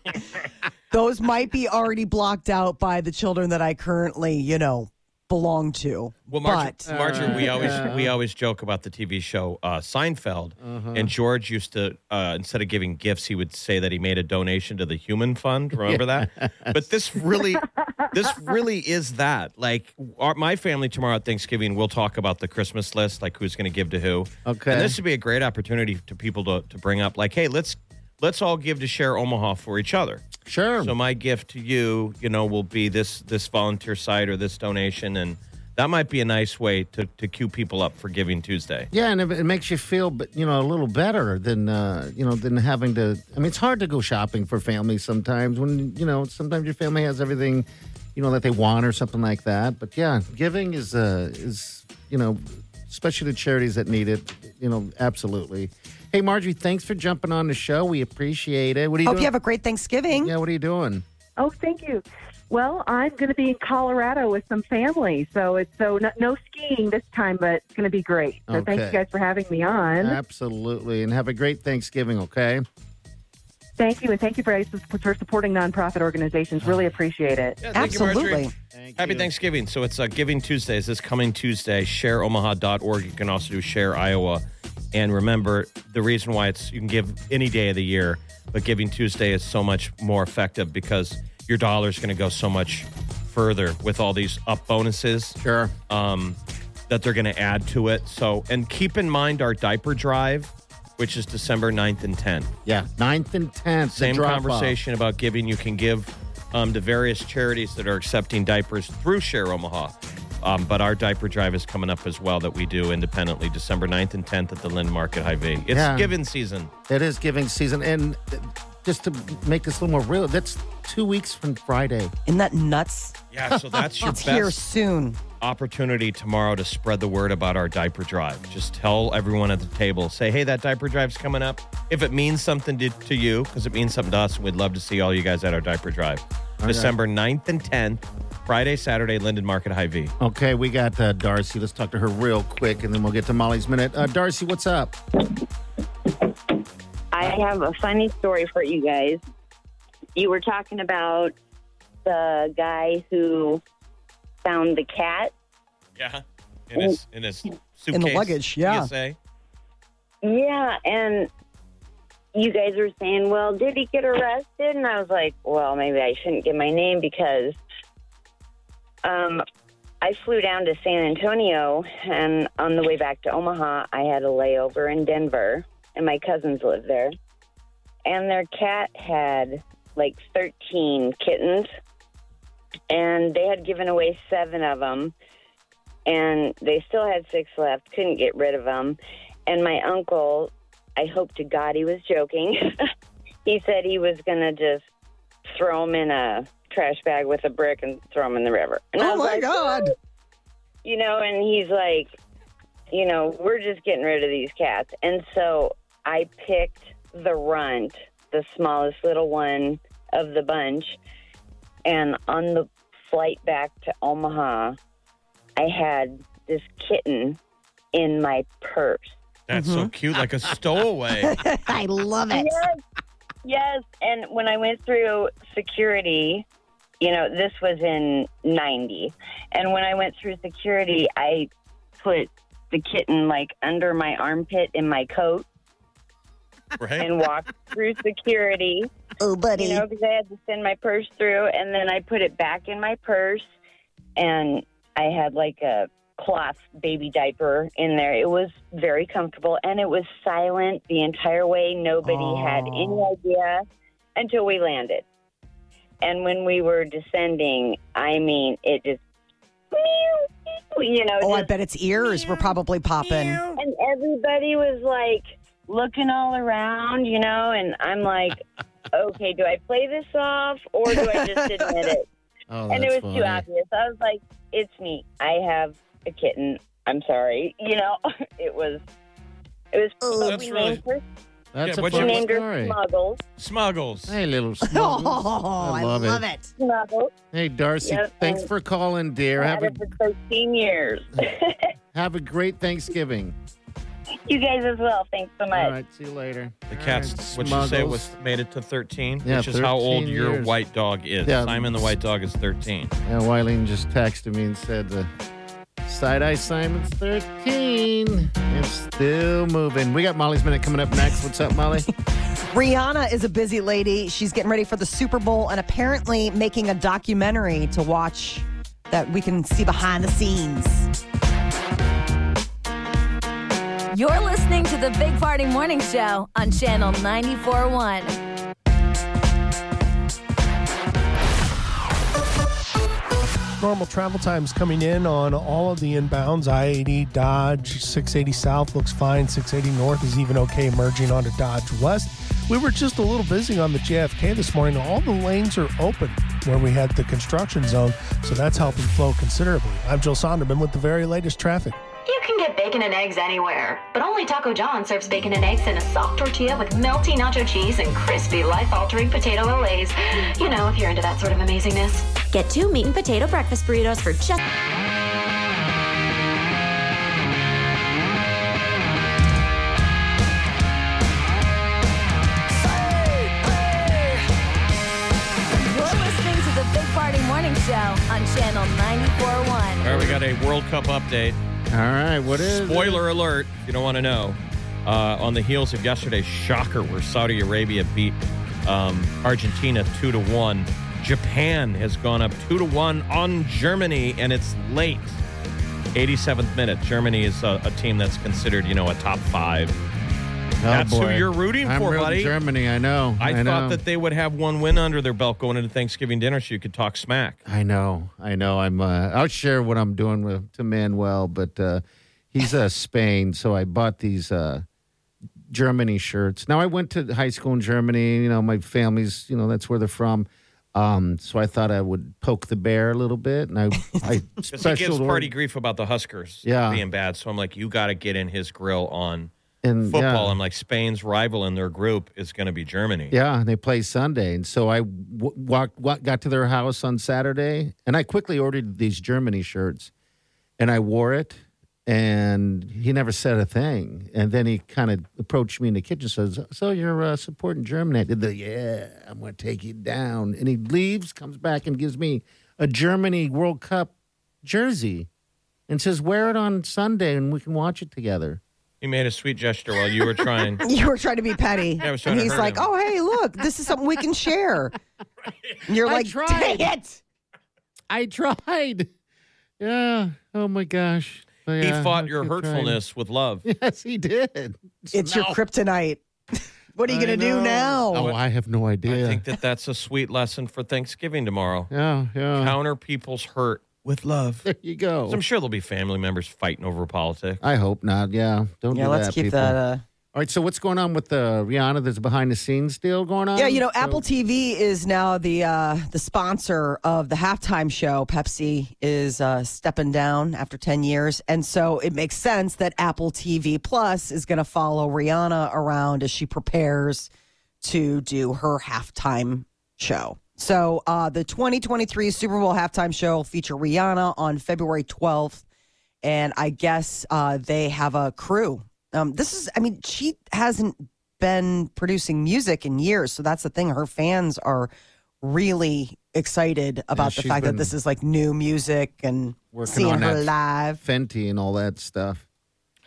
Speaker 3: Those might be already blocked out by the children that I currently, you know, belong to.
Speaker 5: Well,
Speaker 3: but
Speaker 5: Marjorie, Marjorie, we always we always joke about the TV show uh, Seinfeld, and George used to uh, instead of giving gifts, he would say that he made a donation to the Human Fund. Remember that? But this really,
Speaker 3: *laughs*
Speaker 5: this really is that. Like our, my family tomorrow at Thanksgiving, we'll talk about the Christmas list, like who's going to give to who.
Speaker 4: Okay.
Speaker 5: and this would be a great opportunity to people to to bring up, like, hey, let's let's all give to share Omaha for each other.
Speaker 4: Sure.
Speaker 5: So my gift to you, you know, will be this this volunteer site or this donation, and that might be a nice way to to cue people up for Giving Tuesday.
Speaker 4: yeah, and it, it makes you feel, but you know, a little better than uh, you know than having to. I mean, it's hard to go shopping for family sometimes when you know sometimes your family has everything, you know, that they want or something like that. But yeah, giving is uh, is you know, especially to charities that need it. You know, absolutely. Hey, Marjorie, thanks for jumping on the show. We appreciate it. What are you
Speaker 3: hope you
Speaker 4: doing?
Speaker 3: have a great Thanksgiving.
Speaker 4: yeah, what are you doing?
Speaker 8: Oh, thank you. Well, I'm going to be in Colorado with some family, so it's so no, no skiing this time, but it's going to be great. So thank
Speaker 4: Okay.
Speaker 8: you guys for having me on.
Speaker 4: Absolutely. And have a great Thanksgiving, okay?
Speaker 8: Thank you, and thank you for, for supporting nonprofit organizations. Really appreciate it.
Speaker 5: Yeah, thank you, Marjorie.
Speaker 3: Absolutely.
Speaker 5: Happy Thanksgiving. So it's uh, Giving Tuesday. It's this coming Tuesday. ShareOmaha.org. You can also do Share Iowa. And remember, the reason why it's you can give any day of the year, but Giving Tuesday is so much more effective because your dollar is going to go so much further with all these up bonuses.
Speaker 4: Sure.
Speaker 5: um, that they're going to add to it. So, and keep in mind our diaper drive, which is December 9th and 10th.
Speaker 4: Yeah. 9th and 10th. the
Speaker 5: Same
Speaker 4: drop-off.
Speaker 5: conversation about giving you can give um, to various charities that are accepting diapers through Share Omaha. Um, but our diaper drive is coming up as well that we do independently December 9th and 10th at the Lynn Market High V. It's
Speaker 4: Yeah.
Speaker 5: giving season.
Speaker 4: It is giving season. And uh, just to make this a little more real, that's two weeks from Friday.
Speaker 3: Isn't that nuts?
Speaker 5: Yeah, so
Speaker 3: *laughs*
Speaker 5: that's your
Speaker 3: It's here
Speaker 5: best
Speaker 3: soon.
Speaker 5: opportunity tomorrow to spread the word about our diaper drive. Just tell everyone at the table, say, hey, that diaper drive's coming up. If it means something to, to you, because it means something to us, we'd love to see all you guys at our diaper drive. December 9th and 10th, Friday, Saturday, Linden Market High V.
Speaker 4: Okay, we got uh, Darcy. Let's talk to her real quick, and then we'll get to Molly's minute. Uh, Darcy, what's up?
Speaker 9: I have a funny story for you guys. You were talking about the guy who found the cat.
Speaker 5: Yeah. In his, in his suitcase.
Speaker 3: luggage, yeah.
Speaker 5: PSA.
Speaker 9: Yeah, and you guys were saying, well, did he get arrested? And I was like, well, maybe I shouldn't give my name because um, I flew down to San Antonio, and on the way back to Omaha, I had a layover in Denver, and my cousins lived there. And their cat had like 13 kittens, and they had given away seven of them, and they still had six left, couldn't get rid of them. And my uncle, I hope to God he was joking. *laughs* he said he was going to just throw them in a trash bag with a brick and throw them in the river. And I
Speaker 3: Oh
Speaker 9: was
Speaker 3: my
Speaker 9: like,
Speaker 3: God.
Speaker 9: you know, and he's like, you know, we're just getting rid of these cats. And so I picked the runt, the smallest little one of the bunch. And on the flight back to Omaha, I had this kitten in my purse.
Speaker 5: That's
Speaker 3: Mm-hmm.
Speaker 5: so cute, like a
Speaker 3: *laughs*
Speaker 5: stowaway.
Speaker 6: *laughs* I love it.
Speaker 9: Yes. Yes. And when I went through security, you know, this was in 90. And when I went through security, I put the kitten like under my armpit in my coat
Speaker 5: right?
Speaker 9: and walked through security,
Speaker 6: Oh, buddy.
Speaker 9: you know, because I had to send my purse through. And then I put it back in my purse and I had like a cloth baby diaper in there. It was very comfortable and it was silent the entire way. Nobody had any idea until we landed. And when we were descending, I mean, it just, meow, meow, you know,
Speaker 3: Oh, I
Speaker 9: just-
Speaker 3: bet its ears were probably popping.
Speaker 9: and everybody was like looking all around, you know, and
Speaker 4: *laughs*
Speaker 9: I'm like, okay, do I play this off or do I just admit it?
Speaker 4: *laughs* Oh,
Speaker 9: and it
Speaker 4: that's
Speaker 9: was
Speaker 4: funny.
Speaker 9: too obvious. I was like, it's me. I have a kitten. I'm sorry. You know, *laughs* it was, it was,
Speaker 3: Oh,
Speaker 9: but
Speaker 5: that's
Speaker 9: we
Speaker 5: really-
Speaker 9: named her,
Speaker 4: That's
Speaker 5: Yeah,
Speaker 4: a
Speaker 5: what's
Speaker 9: we
Speaker 5: your-
Speaker 4: funny
Speaker 9: named her
Speaker 4: story.
Speaker 9: Smuggles.
Speaker 5: Smuggles.
Speaker 3: *laughs*
Speaker 4: Hey, little
Speaker 3: Oh,
Speaker 4: smuggles.
Speaker 3: I love, it.
Speaker 9: Smuggles.
Speaker 4: Hey, Darcy,
Speaker 9: Yep,
Speaker 4: thanks
Speaker 9: and-
Speaker 4: for calling, dear.
Speaker 9: I
Speaker 4: Have
Speaker 9: had
Speaker 4: a,
Speaker 9: her for 13 years.
Speaker 4: have a great Thanksgiving.
Speaker 9: You guys as well. Thanks so much.
Speaker 4: All right. See you later.
Speaker 5: The cat's, what you say, was made it to 13,
Speaker 4: Yeah,
Speaker 5: which is how old
Speaker 4: 13
Speaker 5: your
Speaker 4: years.
Speaker 5: white dog is.
Speaker 4: Yeah.
Speaker 5: Simon the white dog is 13.
Speaker 4: Yeah, Wileen just texted me and said, uh, "Side Eye Simon's 13 and still moving." We got Molly's minute coming up next. What's up, Molly?
Speaker 3: Rihanna is a busy lady. She's getting ready for the Super Bowl and apparently making a documentary to watch that we can see behind the scenes.
Speaker 2: You're listening to the Big Party Morning Show on Channel 94.1.
Speaker 10: Normal travel times coming in on all of the inbounds. I 80 Dodge, 680 South looks fine. 680 North is even okay, merging onto Dodge West. We were just a little busy on the JFK this morning. All the lanes are open where we had the construction zone, so that's helping flow considerably. I'm Joel Sonderman with the very latest traffic.
Speaker 11: You can get bacon and eggs anywhere, but only Taco John serves bacon and eggs in a soft tortilla with melty nacho cheese and crispy, life altering potato olays. You know, if you're into that sort of amazingness. Get two meat and potato breakfast burritos for just.
Speaker 2: You're listening to the Big Party Morning Show on Channel 94.1.
Speaker 5: All right, we got a World Cup update.
Speaker 4: All right, what is it?
Speaker 5: Spoiler alert, if you don't want to know. Uh, on the heels of yesterday's shocker where Saudi Arabia beat um, Argentina 2 to 1, Japan has gone up 2 to 1 on Germany, and it's late. 87th minute. Germany is a, a team that's considered, you know, a top five.
Speaker 4: Oh,
Speaker 5: *laughs* That's who
Speaker 4: boy.
Speaker 5: you're rooting
Speaker 4: I'm
Speaker 5: for,
Speaker 4: rooting
Speaker 5: buddy.
Speaker 4: Germany. I know.
Speaker 5: I,
Speaker 4: know.
Speaker 5: thought that they would have one win under their belt going into Thanksgiving dinner so you could talk smack.
Speaker 4: I know, I know. I'm. Uh, I'll share what I'm doing with to Manuel, but uh, he's uh, Spain, so I bought these uh, Germany shirts. Now I went to high school in Germany. You know, my family's. You know, that's where they're from. Um, so I thought I would poke the bear a little bit,
Speaker 5: *laughs*
Speaker 4: and I, I
Speaker 5: Because he gives
Speaker 4: special
Speaker 5: party
Speaker 4: order
Speaker 5: grief about the Huskers
Speaker 4: Yeah.
Speaker 5: being bad. So I'm like, you got to get in his grill on
Speaker 4: and
Speaker 5: football.
Speaker 4: Yeah.
Speaker 5: I'm like, Spain's rival in their group is going to be Germany.
Speaker 4: Yeah, and they play Sunday, and so I w- walked, wa- got to their house on Saturday, and I quickly ordered these Germany shirts, and I wore it, and he never said a thing, and then he kind of approached me in the kitchen, says, "So you're uh, supporting Germany?" I did the yeah, I'm going to take you down, and he leaves, comes back, and gives me a Germany World Cup jersey, and says, "Wear it on Sunday, and we can watch it together."
Speaker 5: He made a sweet gesture while you were
Speaker 3: *laughs*
Speaker 5: trying.
Speaker 3: You were trying to
Speaker 5: *laughs*
Speaker 3: be petty.
Speaker 5: I was trying
Speaker 3: and
Speaker 5: to
Speaker 3: he's
Speaker 5: hurt
Speaker 3: like,
Speaker 5: him.
Speaker 3: oh, hey, look, this is something we
Speaker 5: *laughs*
Speaker 3: can share. And you're
Speaker 4: I
Speaker 3: like,
Speaker 4: tried.
Speaker 3: dang it.
Speaker 4: I tried. Yeah. Oh my gosh. But
Speaker 5: he
Speaker 4: yeah,
Speaker 5: fought
Speaker 4: I
Speaker 5: your
Speaker 4: kept
Speaker 5: hurtfulness with love.
Speaker 4: trying. *laughs* Yes, he did.
Speaker 3: It's your kryptonite. *laughs* What are you
Speaker 4: I
Speaker 3: going to do
Speaker 4: know.
Speaker 3: now?
Speaker 4: Oh, I have no idea.
Speaker 5: I think that that's a sweet lesson for Thanksgiving tomorrow.
Speaker 4: yeah, yeah.
Speaker 5: Counter people's hurt with love.
Speaker 4: There you go.
Speaker 5: So I'm sure there'll be family members fighting over politics.
Speaker 4: I hope not. Yeah. Don't
Speaker 3: yeah,
Speaker 4: do
Speaker 3: let's
Speaker 4: that,
Speaker 3: keep
Speaker 4: people.
Speaker 3: that. Uh,
Speaker 4: All right. So what's going on with uh, Rihanna? There's a behind the scenes deal going on.
Speaker 3: Yeah, you know,
Speaker 4: So-
Speaker 3: Apple TV is now the uh, the sponsor of the halftime show. Pepsi is uh, stepping down after ten years, and so it makes sense that Apple TV Plus is going to follow Rihanna around as she prepares to do her halftime show. So uh, the 2023 Super Bowl halftime show will feature Rihanna on February 12th, and I guess uh, they have a crew. Um, this is, I mean, she hasn't been producing music in years, so that's the thing. Her fans are really excited about the
Speaker 4: she's
Speaker 3: fact that
Speaker 4: been
Speaker 3: this is like new music and
Speaker 4: working
Speaker 3: seeing
Speaker 4: on
Speaker 3: her
Speaker 4: that.
Speaker 3: live
Speaker 4: Fenty and all that stuff.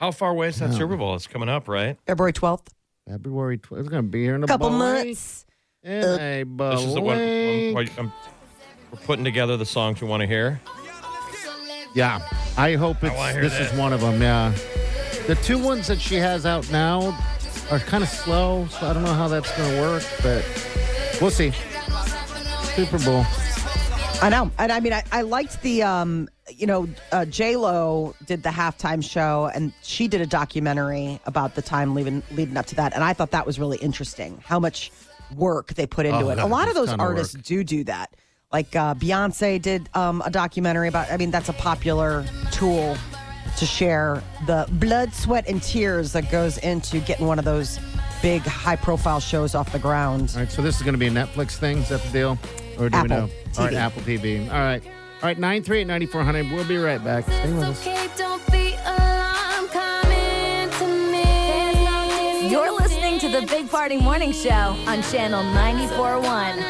Speaker 4: Oh,
Speaker 5: How far away is that Super Bowl? It's coming up, right?
Speaker 3: February 12th.
Speaker 4: February 12th. It's going to be here in a
Speaker 3: Couple
Speaker 4: blink,
Speaker 3: months.
Speaker 4: In a
Speaker 5: This is the one I'm,
Speaker 4: blink.
Speaker 5: I'm- we're putting together the songs you want to hear.
Speaker 4: Yeah, I hope it's
Speaker 5: wanna hear
Speaker 4: this is
Speaker 5: that.
Speaker 4: one of them. Yeah, the two ones that she has out now are kind of slow, so I don't know how that's going to work, but we'll see. Super Bowl.
Speaker 3: I know, and I mean, I, I liked the, um, you know, uh, J Lo did the halftime show, and she did a documentary about the time leading leading up to that, and I thought that was really interesting. How much work they put into
Speaker 4: Oh,
Speaker 3: it. A
Speaker 4: that
Speaker 3: lot of
Speaker 4: is
Speaker 3: those
Speaker 4: ton of
Speaker 3: artists
Speaker 4: work.
Speaker 3: do do that. Like uh, Beyonce did um, a documentary about. I mean, that's a popular tool to share the blood, sweat, and tears that goes into getting one of those big, high profile shows off the ground.
Speaker 4: All right, so this is going to be a Netflix thing. Is that the deal? Or do we
Speaker 3: Apple
Speaker 4: know? All right,
Speaker 3: TV.
Speaker 4: Apple TV. All right. All right, 938 9400. We'll be right back. Stay with us.
Speaker 2: okay, don't be alarmed. Come into me. the Big Party Morning Show on Channel 941.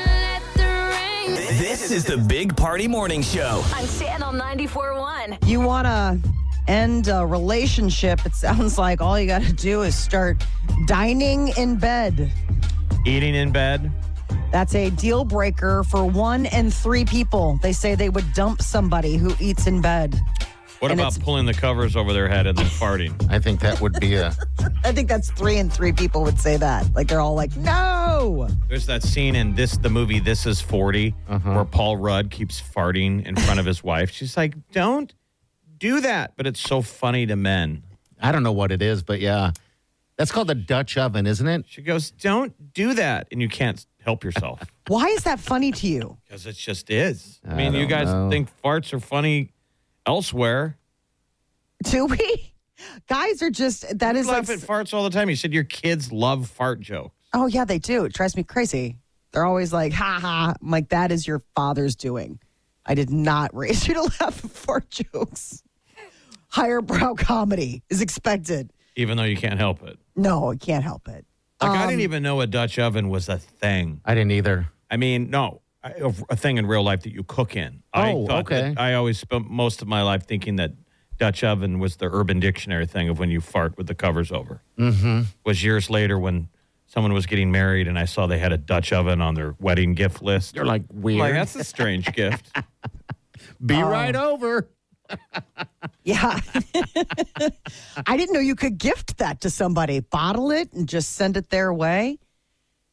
Speaker 12: This is the Big Party Morning Show.
Speaker 2: On Channel 941.
Speaker 3: You want to end a relationship? It sounds like all you got to do is start dining in bed.
Speaker 5: Eating in bed.
Speaker 3: That's a deal breaker for one in three people. They say they would dump somebody who eats in bed.
Speaker 5: What
Speaker 3: And
Speaker 5: about pulling the covers over their head and then farting?
Speaker 4: I think that would be a.
Speaker 3: I think that's three in three people would say that. Like they're all like, no.
Speaker 5: There's that scene in this the movie This Is 40
Speaker 4: Uh-huh.
Speaker 5: where Paul Rudd keeps farting in front of his wife. She's like, "Don't do that." But it's so funny to men.
Speaker 4: I don't know what it is, but yeah. That's called the Dutch oven, isn't it?
Speaker 5: She goes, "Don't do that." And you can't help
Speaker 4: *laughs*
Speaker 5: yourself
Speaker 3: Why is that funny to you?
Speaker 5: because it just is. I
Speaker 4: I
Speaker 5: mean, you
Speaker 4: don't
Speaker 5: guys
Speaker 4: know.
Speaker 5: think farts are funny elsewhere.
Speaker 3: Do we? Guys are just, that
Speaker 5: You
Speaker 3: is
Speaker 5: laugh
Speaker 3: like,
Speaker 5: at farts all the time. You said your kids love fart jokes.
Speaker 3: oh yeah, they do. It drives me crazy. They're always like, ha ha. I'm like, that is your father's doing. I did not *laughs* raise you to laugh at fart jokes. Higher brow comedy is expected.
Speaker 5: even though you can't help it.
Speaker 3: No, I can't help it. Um,
Speaker 5: Like I didn't even know a Dutch oven was a thing.
Speaker 4: Um, I didn't either.
Speaker 5: I mean, no, I- a a thing in real life that you cook in. I
Speaker 4: Oh,
Speaker 5: thought
Speaker 4: okay.
Speaker 5: that- I always spent most of my life thinking that Dutch oven was the Urban Dictionary thing of when you fart with the covers over.
Speaker 4: Mm-hmm.
Speaker 5: Was years later when someone was getting married and I saw they had a Dutch oven on their wedding gift list. You're
Speaker 4: like weird.
Speaker 5: Like that's a strange
Speaker 4: *laughs*
Speaker 5: gift.
Speaker 4: Be right over.
Speaker 3: Oh. *laughs* Yeah. *laughs* I didn't know you could gift that to somebody, bottle it and just send it their way.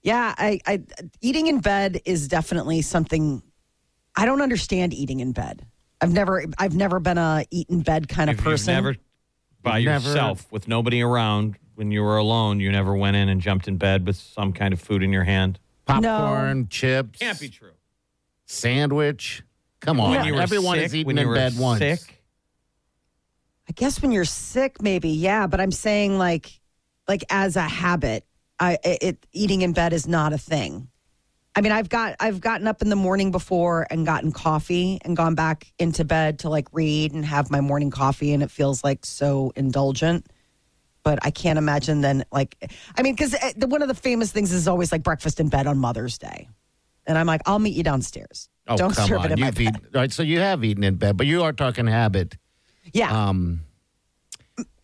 Speaker 3: Yeah, I, I eating in bed is definitely something I don't understand eating in bed. I've never I've never been a eat in bed kind of
Speaker 5: If you've
Speaker 3: person.
Speaker 5: never by
Speaker 4: Never.
Speaker 5: yourself with nobody around when you were alone, you never went in and jumped in bed with some kind of food in your hand.
Speaker 4: Popcorn, chips,
Speaker 5: Can't be true.
Speaker 4: sandwich. Come on.
Speaker 5: When you were
Speaker 4: Everyone
Speaker 5: sick,
Speaker 4: is eating
Speaker 5: when you
Speaker 4: in
Speaker 5: were
Speaker 4: bed once.
Speaker 5: sick.
Speaker 3: I guess when you're sick, maybe yeah. But I'm saying like, like as a habit, I it, it eating in bed is not a thing. I mean, I've got I've gotten up in the morning before and gotten coffee and gone back into bed to like read and have my morning coffee, and it feels like so indulgent. But I can't imagine then like, I mean, because the, one of the famous things is always like breakfast in bed on Mother's Day, and I'm like, I'll meet you downstairs.
Speaker 4: Oh,
Speaker 3: Don't
Speaker 4: come
Speaker 3: serve
Speaker 4: on.
Speaker 3: it in my
Speaker 4: You've
Speaker 3: bed.
Speaker 4: eaten, right, so you have eaten in bed, but you are talking habit.
Speaker 3: Yeah.
Speaker 4: Um,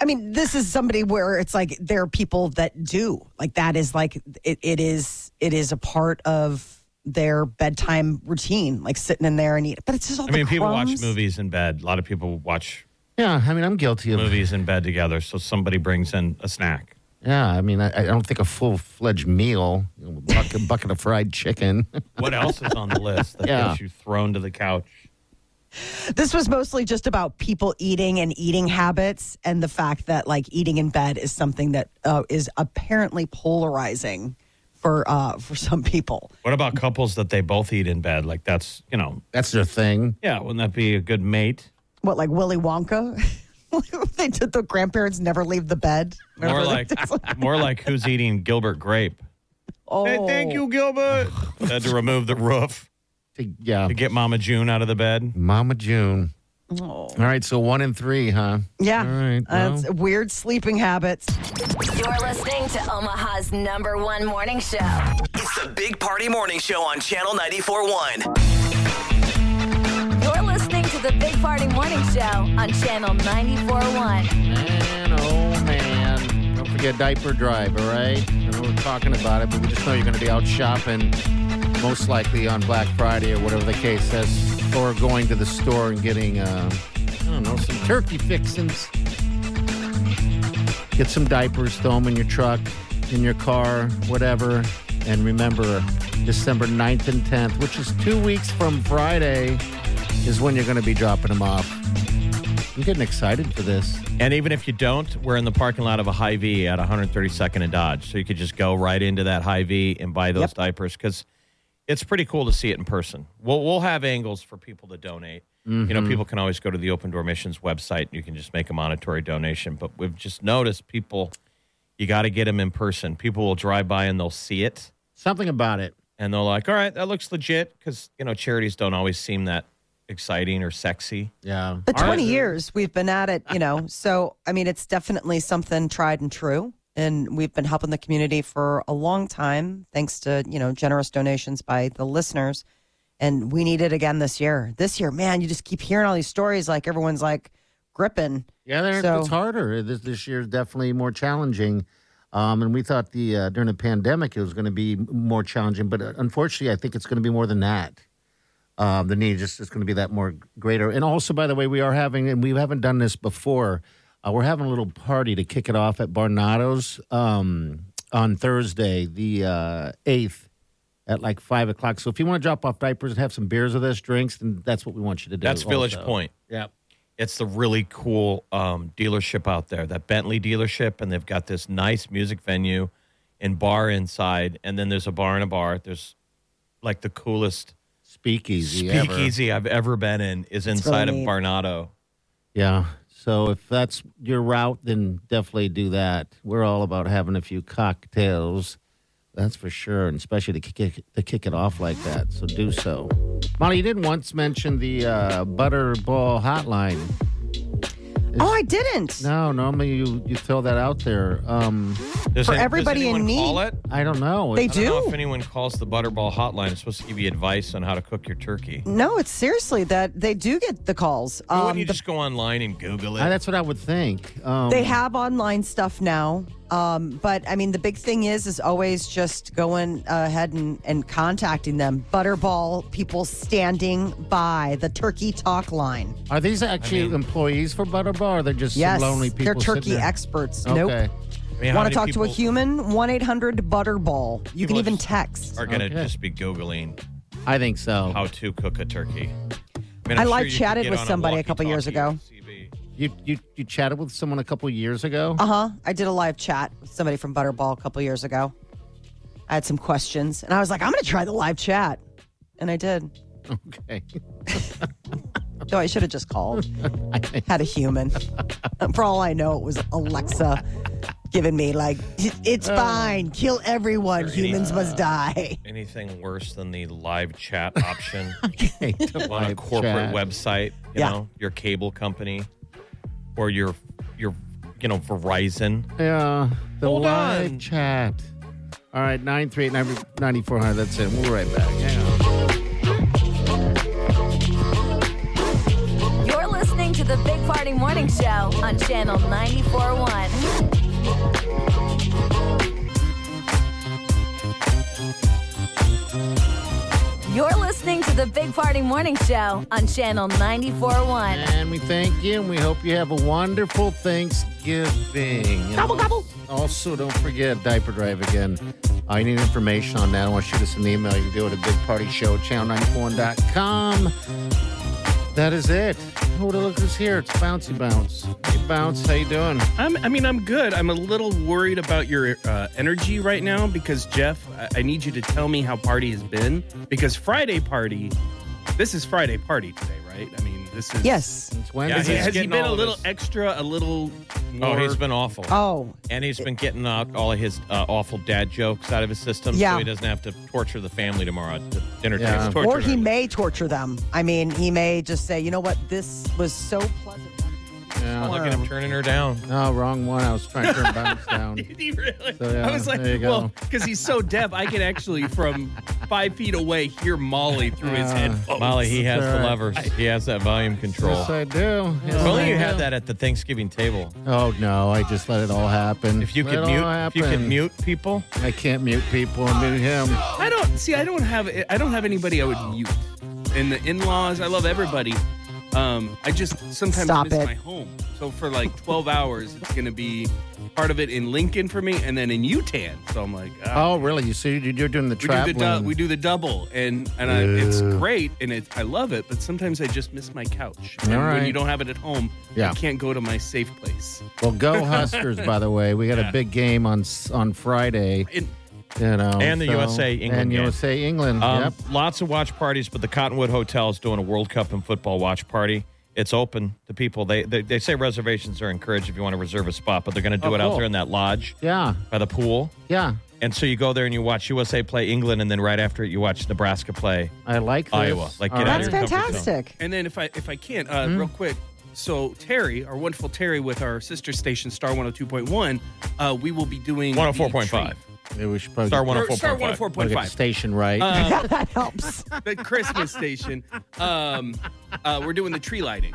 Speaker 3: I mean, this is somebody where it's like there are people that do like that is like it, it is it is a part of their bedtime routine, like sitting in there and eat. But it's just all.
Speaker 5: I mean,
Speaker 3: the
Speaker 5: people watch
Speaker 3: crumbs.
Speaker 5: movies in bed. A lot of people watch
Speaker 4: yeah, I mean, I'm guilty of
Speaker 5: movies in bed together. So somebody brings in a snack.
Speaker 4: Yeah, I mean, I, I don't think a full fledged meal, you know, bucket, bucket of fried chicken.
Speaker 5: *laughs* What else is on
Speaker 4: *laughs*
Speaker 5: the list that
Speaker 4: Yeah.
Speaker 5: gets you thrown to the couch?
Speaker 3: This was mostly just about people eating and eating habits, and the fact that like eating in bed is something that uh, is apparently polarizing for uh, for some people.
Speaker 5: What about couples that they both eat in bed? Like that's you know,
Speaker 4: That's their thing.
Speaker 5: yeah, wouldn't that be a good mate?
Speaker 3: What like Willy Wonka? *laughs* they did the grandparents never leave the bed.
Speaker 5: More
Speaker 3: Remember that?
Speaker 5: like
Speaker 3: *laughs*
Speaker 5: more like who's eating Gilbert grape?
Speaker 3: oh,
Speaker 5: Hey, thank you, Gilbert. Had to remove the roof
Speaker 4: To- yeah.
Speaker 5: to get Mama June out of the bed.
Speaker 4: Mama June.
Speaker 3: Oh.
Speaker 4: All right, so one in three, huh?
Speaker 3: Yeah.
Speaker 4: All right.
Speaker 3: Uh,
Speaker 4: well.
Speaker 3: it's weird sleeping habits.
Speaker 2: You're listening to Omaha's number one morning show.
Speaker 12: It's the Big Party Morning Show on Channel 94.1.
Speaker 2: You're listening to the Big Party Morning Show on Channel 941.
Speaker 4: Man, oh man. Don't forget diaper drive, all right? I know we're talking about it, but we just know you're going to be out shopping most likely on Black Friday or whatever the case is, or going to the store and getting, uh, I don't know, some turkey fixings. Get some diapers, throw them in your truck, in your car, whatever. And remember, December 9th and 10th, which is two weeks from Friday, is when you're going to be dropping them off. I'm getting excited for this.
Speaker 5: And even if you don't, we're in the parking lot of a High V at 132nd and Dodge. So you could just go right into that High V and buy those diapers because it's pretty cool to see it in person. We'll, we'll have angles for people to donate. You
Speaker 4: Mm-hmm.
Speaker 5: know, people can always go to the Open Door Missions website. You can just make a monetary donation. But we've just noticed people, you got to get them in person. People will drive by and they'll see it
Speaker 4: Something about it.
Speaker 5: and they're like, all right, that looks legit because, you know, charities don't always seem that exciting or sexy.
Speaker 4: Yeah.
Speaker 3: The
Speaker 5: All right.
Speaker 4: *laughs*
Speaker 3: 20 years we've been at it, you know. So, I mean, it's definitely something tried and true. and we've been helping the community for a long time thanks to you know generous donations by the listeners and we need it again this year this year man you just keep hearing all these stories like everyone's like gripping
Speaker 4: Yeah, there,
Speaker 3: So-
Speaker 4: it's harder. This this year is definitely more challenging. Um, and we thought the uh, during the pandemic it was going to be m- more challenging, but uh, unfortunately, I think it's going to be more than that. Um, the need just is going to be that more greater. And also, by the way, we are having, and we haven't done this before. Uh, we're having a little party to kick it off at Barnado's um, on Thursday, the uh, eighth, at like five o'clock. So if you want to drop off diapers and have some beers with us, drinks, then that's what we want you to do.
Speaker 5: That's Village
Speaker 4: also.
Speaker 5: Point.
Speaker 4: Yeah.
Speaker 5: It's the really cool um, dealership out there, that Bentley dealership, and they've got this nice music venue and bar inside, and then there's a bar and a bar. There's like the coolest
Speaker 4: speakeasy ever.
Speaker 5: speakeasy I've ever been in is
Speaker 4: That's
Speaker 5: inside
Speaker 4: really
Speaker 5: of
Speaker 4: neat.
Speaker 5: Barnado.
Speaker 4: Yeah. So if that's your route, then definitely do that. We're all about having a few cocktails. That's for sure, and especially to kick it, to kick it off like that. So do so. Molly, you didn't once mention the uh, Butterball Hotline.
Speaker 3: oh i didn't
Speaker 4: No, normally you you throw that out there. Um,
Speaker 5: Does For any- does everybody in anyone call need. it?
Speaker 4: Oh, I don't know.
Speaker 5: I don't know if anyone calls the Butterball Hotline, it's supposed to give you advice on how to cook your turkey.
Speaker 3: no it's seriously that they do get the calls
Speaker 5: Why wouldn't you
Speaker 3: Um, the-
Speaker 5: just go online and Google it?
Speaker 4: Uh, that's what I would think. Um,
Speaker 3: they have online stuff now um, but i mean the big thing is is always just going ahead and, and contacting them butterball people standing by the turkey talk line
Speaker 4: Are these actually employees for Butterball? Or they're just some
Speaker 3: Yes,
Speaker 4: lonely people.
Speaker 3: they're
Speaker 4: sitting
Speaker 3: turkey
Speaker 4: there?
Speaker 3: experts.
Speaker 4: Okay.
Speaker 3: Nope.
Speaker 5: I mean, how
Speaker 3: want to
Speaker 5: many
Speaker 3: talk to a
Speaker 5: people-
Speaker 3: human 1-800-butterball you can
Speaker 5: People
Speaker 3: even
Speaker 5: just
Speaker 3: text
Speaker 5: Are going to just be Googling.
Speaker 4: I think so.
Speaker 5: How to cook a turkey.
Speaker 3: i,
Speaker 5: mean, I'm sure
Speaker 3: live
Speaker 5: you could
Speaker 3: chatted
Speaker 5: get
Speaker 3: with
Speaker 5: on
Speaker 3: somebody a couple years ago
Speaker 4: You, you you chatted with someone a couple years ago.
Speaker 3: uh-huh i did a live chat with somebody from butterball a couple years ago i had some questions and i was like i'm gonna try the live chat and i did
Speaker 4: okay *laughs*
Speaker 3: So I should have just called. Had a human. For all I know, it was Alexa giving me like, "It's fine. Kill everyone.
Speaker 5: Is there any-
Speaker 3: Humans must die."
Speaker 5: *laughs* Anything worse than the live
Speaker 3: *laughs*
Speaker 5: chat option on a
Speaker 4: live
Speaker 5: corporate
Speaker 4: chat.
Speaker 5: website, you
Speaker 4: Yeah.
Speaker 5: know, your cable company or your your you know Verizon.
Speaker 4: Yeah. The
Speaker 5: Hold
Speaker 4: live
Speaker 5: on.
Speaker 4: chat. All right, 938 9400. That's it. We'll be right back. Hang on.
Speaker 2: You're listening to the Big Party Morning Show on Channel 94.1. You're listening to the Big Party Morning Show on Channel 94.1.
Speaker 4: And we thank you and we hope you have a wonderful Thanksgiving. And
Speaker 2: Gobble, gobble.
Speaker 4: Also, don't forget diaper drive again. I need information on that. I want you to shoot us an email. You can do it at Big Party Show, channel94.com. That is it. Oh, look who's here. It's Bouncy Bounce. Hey, Bounce, how you doing?
Speaker 13: I'm, I mean, I'm good. I'm a little worried about your uh, energy right now because, Jeff, I, I need you to tell me how party has been because Friday party, this is Friday party today, right? I mean, this is.
Speaker 3: Yes. It's
Speaker 5: Wednesday.
Speaker 13: Has,
Speaker 5: Yeah,
Speaker 13: he-
Speaker 5: he's
Speaker 13: has he
Speaker 5: getting
Speaker 13: been a
Speaker 5: all of
Speaker 13: little
Speaker 5: his-
Speaker 13: extra, a little.
Speaker 5: Oh,
Speaker 13: More...
Speaker 5: he's been awful.
Speaker 3: Oh.
Speaker 5: And he's been getting out all of his uh, awful dad jokes out of his system
Speaker 3: Yeah.
Speaker 5: so he doesn't have to torture the family tomorrow at the dinner
Speaker 4: Yeah.
Speaker 5: table. Torture
Speaker 3: Or he
Speaker 5: them.
Speaker 3: may torture them. I mean, he may just say, "You know what? This was so pleasant."
Speaker 4: Yeah.
Speaker 5: Look at him turning her down.
Speaker 4: No, wrong one. I was trying to turn
Speaker 13: *laughs*
Speaker 4: Bounce down.
Speaker 13: He really?
Speaker 4: So, yeah,
Speaker 13: I was like,
Speaker 4: there you go.
Speaker 13: well, because he's so deaf, I can actually from five feet away hear Molly through his
Speaker 5: Uh,
Speaker 13: headphones.
Speaker 5: Molly, he has
Speaker 4: That's
Speaker 5: the
Speaker 4: all right.
Speaker 5: levers. He has that volume control.
Speaker 4: Yes, I do.
Speaker 5: If
Speaker 4: Yes, I
Speaker 5: only you
Speaker 4: do.
Speaker 5: had that at the Thanksgiving table.
Speaker 4: Oh no! I just let it all happen. If
Speaker 5: you could mute- if you could mute people, Oh,
Speaker 4: I can't mute people and mute him.
Speaker 13: I don't see. I don't have. I don't have anybody I would mute. And the in-laws, I love everybody. Um, I just sometimes
Speaker 3: Stop
Speaker 13: miss
Speaker 3: it.
Speaker 13: my home. So for like 12 hours, it's gonna be part of it in Lincoln for me, and then in Utan. So I'm like, ah.
Speaker 4: Oh really? You see, you're doing the
Speaker 13: we do the du-
Speaker 4: traveling.
Speaker 13: we do the double, and and I, it's
Speaker 4: Ew.
Speaker 13: great, and it I love it. But sometimes I just miss my couch. And
Speaker 4: All
Speaker 13: When
Speaker 4: right.
Speaker 13: you don't have it at home,
Speaker 4: Yeah.
Speaker 13: I can't go to my safe place.
Speaker 4: well, *laughs* go Huskers! by the way, we got
Speaker 13: Yeah.
Speaker 4: a big game on s- on Friday. you know,
Speaker 5: and the
Speaker 4: so-
Speaker 5: USA England
Speaker 4: and
Speaker 5: game.
Speaker 4: USA England.
Speaker 5: Um,
Speaker 4: yep.
Speaker 5: Lots of watch parties, but the Cottonwood Hotel is doing a World Cup and football watch party. It's open to people. They they, they say reservations are encouraged if you want to reserve a spot, but they're going to do
Speaker 4: Oh,
Speaker 5: it out
Speaker 4: cool.
Speaker 5: there in that lodge
Speaker 4: Yeah.
Speaker 5: by the pool.
Speaker 4: Yeah.
Speaker 5: And so you go there and you watch USA play England, and then right after it, you watch Nebraska play
Speaker 4: I like this.
Speaker 5: Iowa. Like
Speaker 4: All
Speaker 5: get
Speaker 4: right. Mm-hmm.
Speaker 5: out of your comfort zone.
Speaker 13: And then if I if I can't, uh, real quick, So Terry, our wonderful Terry, with our sister station Star 102.1, uh, we will be doing the
Speaker 5: 104.5.
Speaker 4: Maybe we should probably
Speaker 5: Star
Speaker 4: get-
Speaker 5: 104.5. Star 104.5.
Speaker 4: Get the station right.
Speaker 13: Uh,
Speaker 4: Um, *laughs*
Speaker 3: that helps.
Speaker 13: *laughs* The Christmas station. Um, uh, we're doing the tree lighting.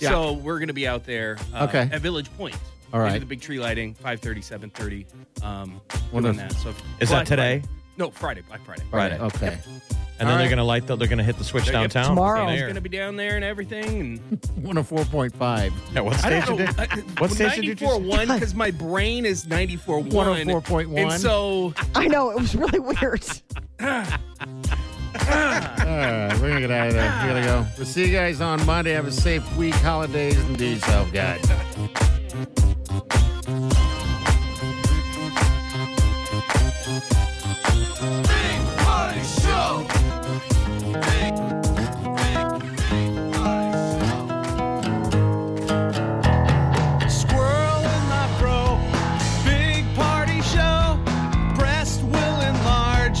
Speaker 13: So we're going to be out there uh,
Speaker 4: Okay.
Speaker 13: at Village Point. We do
Speaker 4: All right.
Speaker 13: The big tree lighting, 5.30, 7.30. Um,
Speaker 4: What
Speaker 13: doing
Speaker 4: if-
Speaker 13: that. So if-
Speaker 5: Is
Speaker 13: Black
Speaker 5: that
Speaker 13: Friday-
Speaker 5: today?
Speaker 13: No, Friday, Black Friday.
Speaker 5: Friday.
Speaker 4: Okay.
Speaker 5: And then they're going to light the, they're going to hit the switch
Speaker 13: They're
Speaker 5: downtown.
Speaker 13: Tomorrow.
Speaker 5: There.
Speaker 13: going to be down there and everything. And
Speaker 4: 104.5.
Speaker 5: Yeah, what
Speaker 13: I don't
Speaker 5: station
Speaker 13: know. uh,
Speaker 5: did-
Speaker 13: I-
Speaker 5: what station did you oh
Speaker 13: 94.1
Speaker 4: *laughs*
Speaker 13: because my brain is 94.1.
Speaker 4: 104.1.
Speaker 13: And so
Speaker 3: I know it was really *laughs* weird.
Speaker 4: All right, we're gonna get out of there. We gotta go. We'll see you guys on Monday. Have a safe week, holidays, and do yourself good.
Speaker 12: Party show. Squirrel in my bro. Big party show. Breast will enlarge.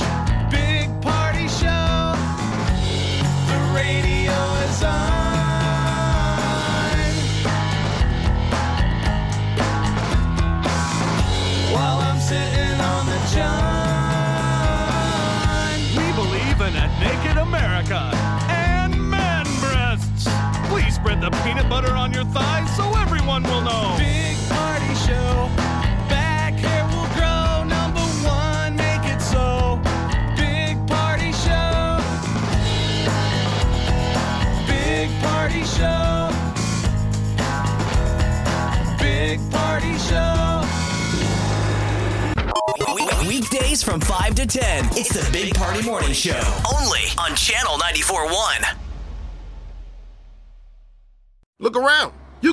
Speaker 12: Big party show. The radio is on. While I'm sitting on the john. We believe in a naked America and man breasts. Please spread the peanut butter on your thighs so everyone will know. Big party show. Back hair will grow. Number one, make it so. Big party show. Big party show. Big party show.
Speaker 14: Weekdays from 5 to 10. It's the Big Party Morning Show.
Speaker 12: Only on Channel 94.1.
Speaker 15: Look around. You